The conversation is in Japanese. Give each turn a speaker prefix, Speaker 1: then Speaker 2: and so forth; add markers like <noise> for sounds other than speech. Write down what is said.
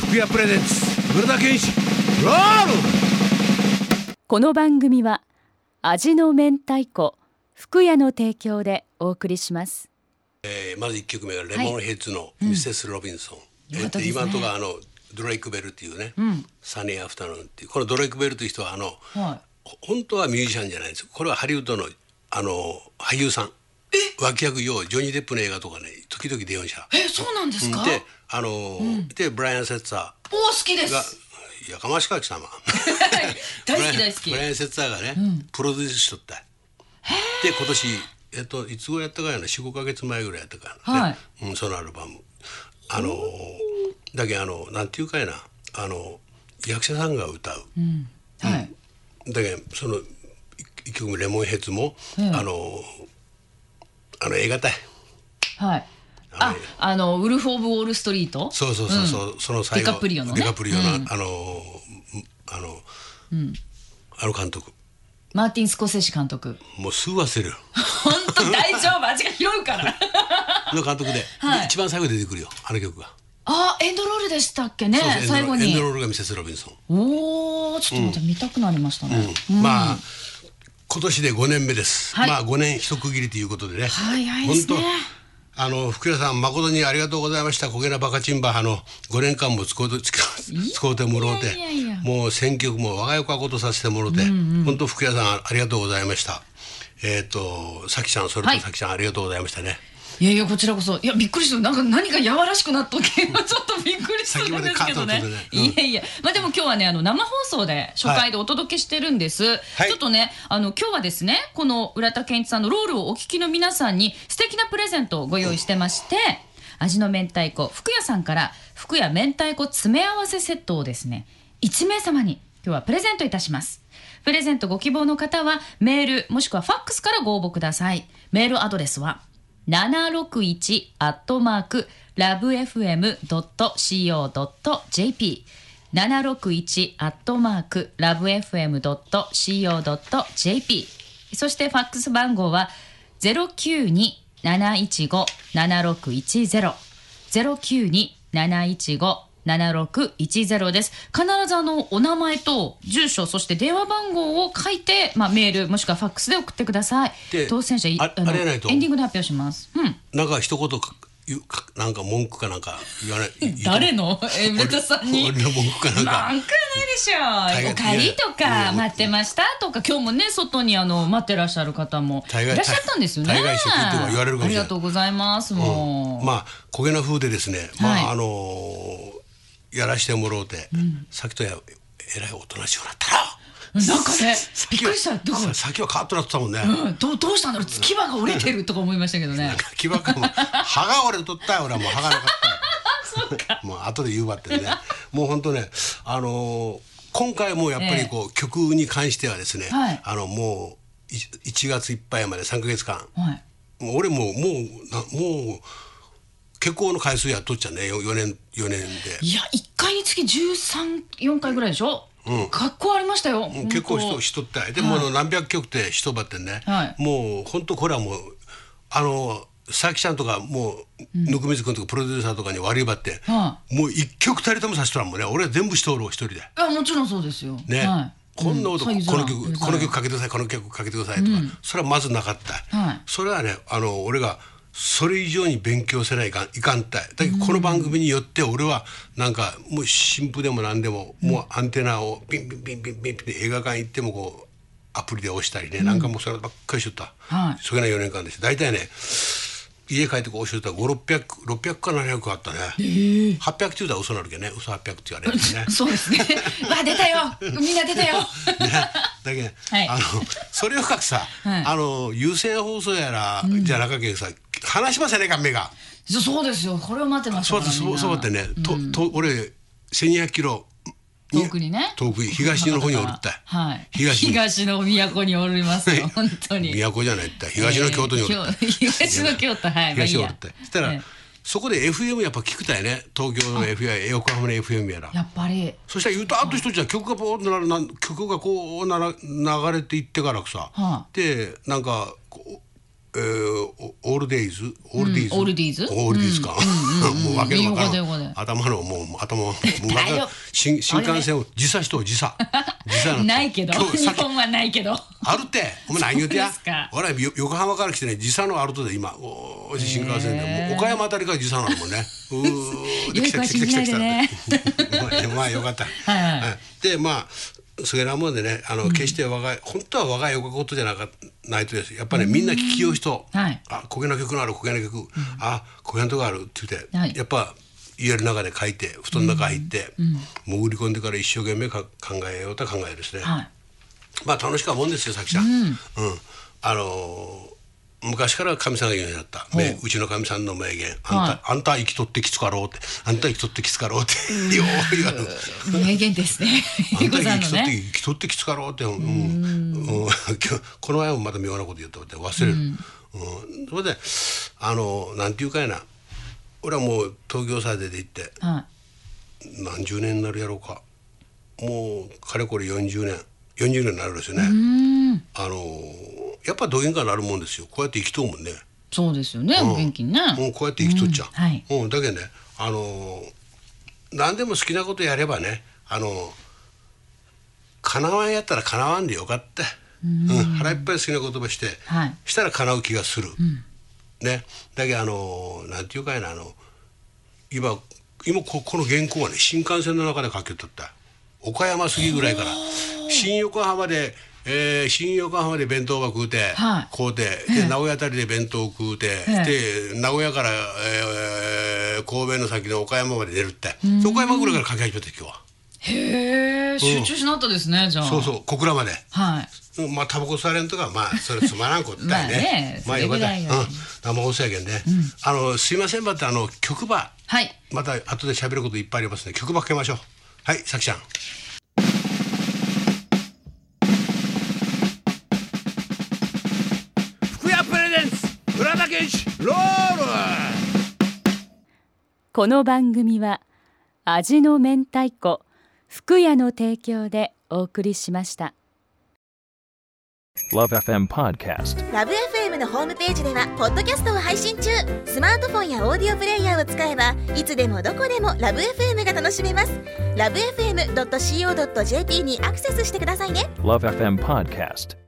Speaker 1: 福屋プレゼンツ村田健一ロール
Speaker 2: この番組は味の明太子福屋の提供でお送りします
Speaker 1: えーまず1曲目がレモンヘッズのミセス・ロビンソン、えーと今のところあのドレイク・ベルっていうね、サニー・アフタヌーンっていうこのドレイク・ベルという人はあの、ほ本当はミュージシャンじゃないんですこれはハリウッドのあの俳優さん脇役ようジョニー・デップの映画とかね時々出演者
Speaker 3: えそうなんですか、
Speaker 1: であの、でブライアン・セッツァ
Speaker 3: お好きで
Speaker 1: ーが
Speaker 3: す
Speaker 1: やかましか貴様
Speaker 3: 大好き大好き
Speaker 1: ブライアン・セッツァーがね、プロデュースしとったで今年えっといつ頃やったかやな45か月前ぐらいやったかな、
Speaker 3: はい
Speaker 1: うん、そのアルバムあのーだけどあのなんていうかやなあの役者さんが歌う、
Speaker 3: はい、
Speaker 1: だけどそのい一曲目「レモンヘッズも」あのーあの映画体
Speaker 3: はい
Speaker 1: あ
Speaker 3: あ
Speaker 1: の
Speaker 3: あのウルフ・オブ・ウォール・ストリート
Speaker 1: そうそうそうそう、その最後
Speaker 3: デカプリオのね
Speaker 1: デカプリオの、あのーあの、あの監督
Speaker 3: マーティン・スコセッシ監督
Speaker 1: もうすぐ忘れる
Speaker 3: 本当大丈夫味が広いから
Speaker 1: の監督で,で、
Speaker 3: はい
Speaker 1: 一番最後に出てくるよあの曲が。
Speaker 3: <laughs> あエンドロールでしたっけね
Speaker 1: そうそう
Speaker 3: 最後
Speaker 1: エンド
Speaker 3: に
Speaker 1: ロールがミセス・ロビンソン、
Speaker 3: おおちょっとまた見たくなりましたね、
Speaker 1: まあ今年で5年目です、
Speaker 3: はい
Speaker 1: まあ5年一区切りということでね
Speaker 3: 早いですね
Speaker 1: 本当あの福屋さん誠にありがとうございましたこげなバカチンバハの5年間も使うて使う使うてもろうて
Speaker 3: いやいやいや
Speaker 1: もう選曲も我が横はことさせてもろうて、本当福屋さんありがとうございましたえっ、とさきちゃんそれ
Speaker 3: はい
Speaker 1: とさきちゃん、ありがとうございましたね
Speaker 3: いやいやこちらこそいやびっくりしたなんか何か柔らしくなっ
Speaker 1: <laughs>
Speaker 3: とけちょっとびっくりするんですけ
Speaker 1: 先までカートと
Speaker 3: どね
Speaker 1: ねうん
Speaker 3: いやいやまあでも今日はねあの生放送で初回でお届けしてるんです、
Speaker 1: い
Speaker 3: ちょっとねあの今日はですねこの浦田健一さんのロールをお聞きの皆さんに素敵なプレゼントをご用意してまして、味の明太子福屋さんから福屋明太子詰め合わせセットをですね1名様に今日はプレゼントいたしますプレゼントご希望の方はメールもしくはファックスからご応募くださいメールアドレスは761アットマークラブ FM.co.jp 761アットマークラブ FM.co.jp そしてファックス番号は092-715-7610 092-715-7610です必ずあのお名前と住所そして電話番号を書いて、まあ、メールもしくはファックスで送ってください
Speaker 1: で
Speaker 3: 当選者い
Speaker 1: あ
Speaker 3: の
Speaker 1: あれやないと
Speaker 3: エンディングで発表します、うん、
Speaker 1: なんか一言か言うかなんか文句かなんか言わない言う
Speaker 3: 誰のえ上田さんに
Speaker 1: 俺の文句かな
Speaker 3: なんんか
Speaker 1: か
Speaker 3: ないでしょ
Speaker 1: 大
Speaker 3: お
Speaker 1: 概
Speaker 3: 帰りと
Speaker 1: いやいや
Speaker 3: か待ってましたとか今日もね外にあの待ってらっしゃる方もい
Speaker 1: 大概
Speaker 3: らっしゃったんですよね
Speaker 1: 大概職って言われるかもしれない
Speaker 3: ありがとうございますもう、
Speaker 1: まあ焦げな風でですね、まあ、
Speaker 3: はい
Speaker 1: あのやらしてもろうて、さっきとやえらいおとなしくなったな。
Speaker 3: なんかね
Speaker 1: さ
Speaker 3: びっくりしたどこ
Speaker 1: ささっきはカーッとなってたもんね。
Speaker 3: うんどうどうしたんだろう牙が折れてるとか思いましたけどね
Speaker 1: 牙かも歯が折れとったよ俺はもう歯がなかったよ。もう後で言うばってね。もう本当ねあのー今回もやっぱりこう、曲に関してはですね、
Speaker 3: はい
Speaker 1: あのもうい1月いっぱいまで3か月間
Speaker 3: はい
Speaker 1: もう俺もうもうなもう結婚の回数やっとっちゃねよ4年4年で。
Speaker 3: いや一回につき134回ぐらいでしょ、
Speaker 1: うん
Speaker 3: かっこありましたよ、
Speaker 1: うん結構
Speaker 3: 本
Speaker 1: 人
Speaker 3: 当
Speaker 1: 人ってでもう何百曲って人ばってね、
Speaker 3: はい
Speaker 1: もう本当これはもうあの佐伯ちゃんとかもう温水君とかプロデューサーとかに悪いばって、
Speaker 3: は
Speaker 1: もう一曲たりともさせとらんもんね俺は全部しとるわ一人で
Speaker 3: いやもちろんそうですよ
Speaker 1: ね、
Speaker 3: はい、
Speaker 1: こんな男、
Speaker 3: うん
Speaker 1: この
Speaker 3: そういう
Speaker 1: 曲
Speaker 3: 図
Speaker 1: こ
Speaker 3: 案
Speaker 1: の曲かけてくださいこの曲かけてくださいとか、それはまずなかった、
Speaker 3: はい
Speaker 1: それはねあの俺がそれ以上に勉強せないかんいかんたいだけどこの番組によって俺はなんかもう新婦でも何でも、もうアンテナをピンピンピンピンピンピンって映画館行ってもこうアプリで押したりね、なんかもうそればっかりしとった、
Speaker 3: はい
Speaker 1: それが4年間でした大体ね家帰ってこう押しとったら500600 600か700あったね、800って言うたら嘘なるけどね嘘800って言われるけどね
Speaker 3: そうですね <laughs> わ出たよみんな出たよ
Speaker 1: ね、だけど、
Speaker 3: はい
Speaker 1: あのそれをかくさ、
Speaker 3: はい
Speaker 1: あの有線放送やら、じゃなかけんさ話しませんねかん目が
Speaker 3: そうそうですよこれを待ってました
Speaker 1: そう
Speaker 3: か
Speaker 1: だっ
Speaker 3: ら
Speaker 1: てそうそうだってね、とと俺1200キロ
Speaker 3: 遠くにね
Speaker 1: 遠く東の方におるったい
Speaker 3: はい
Speaker 1: 東に
Speaker 3: 東の
Speaker 1: <laughs>
Speaker 3: 都におりますよ本当に
Speaker 1: 都じゃないったい東の京都におるったい、
Speaker 3: えー京東の京都はいまあいい
Speaker 1: 東におる
Speaker 3: や
Speaker 1: ったいそしたら、
Speaker 3: ええ
Speaker 1: そこで FM やっぱ聞くたいね東京の FM や横浜の FM やら
Speaker 3: やっぱり
Speaker 1: そしたらゆたっと一つじゃ曲がポーッとなるなん曲がこうなら流れていってからさ、
Speaker 3: はあ
Speaker 1: でなんかこうえー、オオールデイズオールデイズ、
Speaker 3: うんオールディーズ
Speaker 1: オールディーズか、 <laughs> もうわけのわから
Speaker 3: 英語で英語
Speaker 1: ん
Speaker 3: で
Speaker 1: 頭のもう頭もう分
Speaker 3: だよ
Speaker 1: 新新幹線を時差しとう時
Speaker 3: <laughs>
Speaker 1: 差時差んて
Speaker 3: ないけど
Speaker 1: 今日
Speaker 3: 日
Speaker 1: さっき
Speaker 3: 本はないけど
Speaker 1: あるってお前何言うてや
Speaker 3: そうですか
Speaker 1: 俺はよ横浜から来てね時差のあるとで今おー新幹線でもう岡山あたりから時差なのもん
Speaker 3: <laughs>
Speaker 1: ねうー
Speaker 3: よい子は信じないでね
Speaker 1: <laughs> まあまあよかった。
Speaker 3: はいはい
Speaker 1: でまあそげなもんでねあの、決して若い本当は若い横ことじゃなかないとですやっぱり、みんな聞きよう人「
Speaker 3: はい
Speaker 1: あこげな曲のあるこげな曲、あこげなとこある」って言って、
Speaker 3: はい
Speaker 1: やっぱ家の中で書いて布団の中入って、潜り込んでから一生懸命か考えようと考えですね。 <laughs>
Speaker 3: はい
Speaker 1: まあ楽しかったもんですよさきちゃん。うん、あのー昔からかみさんが言うようになった名うちのかみさんの名言「あんた,、
Speaker 3: はい
Speaker 1: あんた生きとってきつかろう」って「あんた生きとってきつかろう」って <laughs> よう言われる。
Speaker 3: 名言ですね
Speaker 1: あ
Speaker 3: 英
Speaker 1: ん
Speaker 3: 語
Speaker 1: た
Speaker 3: さん
Speaker 1: 生きとっ
Speaker 3: の
Speaker 1: て
Speaker 3: ね
Speaker 1: 生きとってきつかろうって、うんうん、 <laughs> この前もまた妙なこと言ったって忘れる、うんそれであのなんていうかやな俺はもう東京祭で行って
Speaker 3: は
Speaker 1: 何十年になるやろうかもうかれこれ40年40年になるですよね、
Speaker 3: いうん
Speaker 1: あのやっぱどげんかなるもんですよこうやって生きとうもんね、
Speaker 3: そうですよねお元気にね
Speaker 1: もうこうやって生きとっちゃう、
Speaker 3: うんはい
Speaker 1: うんだけどねあの何でも好きなことやればねあの叶わんやったら叶わんでよかった、うん腹いっぱい好きなことばして、
Speaker 3: はい
Speaker 1: したら叶う気がする、ねだけどあのなんていうかやなあの今今ここの原稿はね新幹線の中で書きとった岡山過ぎぐらいから新横浜で、えー新横浜で弁当ば食うて、
Speaker 3: はい
Speaker 1: 買うてで名古屋あたりで弁当食うて、で名古屋から、えー神戸の先の岡山まで出るってで岡山ぐらいから書き始めて今日は
Speaker 3: へえ集中しなかったですねじゃあ
Speaker 1: そうそう小倉まで。
Speaker 3: はい
Speaker 1: うんまあタバコ吸われんとかまあそれつまらんことだよ
Speaker 3: <laughs> まあね
Speaker 1: ね。まあよかった。
Speaker 3: それ
Speaker 1: うん
Speaker 3: ぐらいは。
Speaker 1: 生放送やけんね。あのすいませんばってあの曲ば
Speaker 3: はい
Speaker 1: また後で喋ることいっぱいありますね。曲ばかけましょう。はい、さきちゃん。
Speaker 4: 福屋プレゼンツ浦田健一ロール
Speaker 2: この番組は味の明太子福屋の提供でお送りしました。
Speaker 5: Love FM Podcast.
Speaker 6: ラブ f m のホームページではポッドキャストを配信中スマートフォンやオーディオプレイヤーを使えばいつでもどこでもラブ f m が楽しめますラブ FM.co.jp にアクセスしてくださいね
Speaker 5: Love FM Podcast.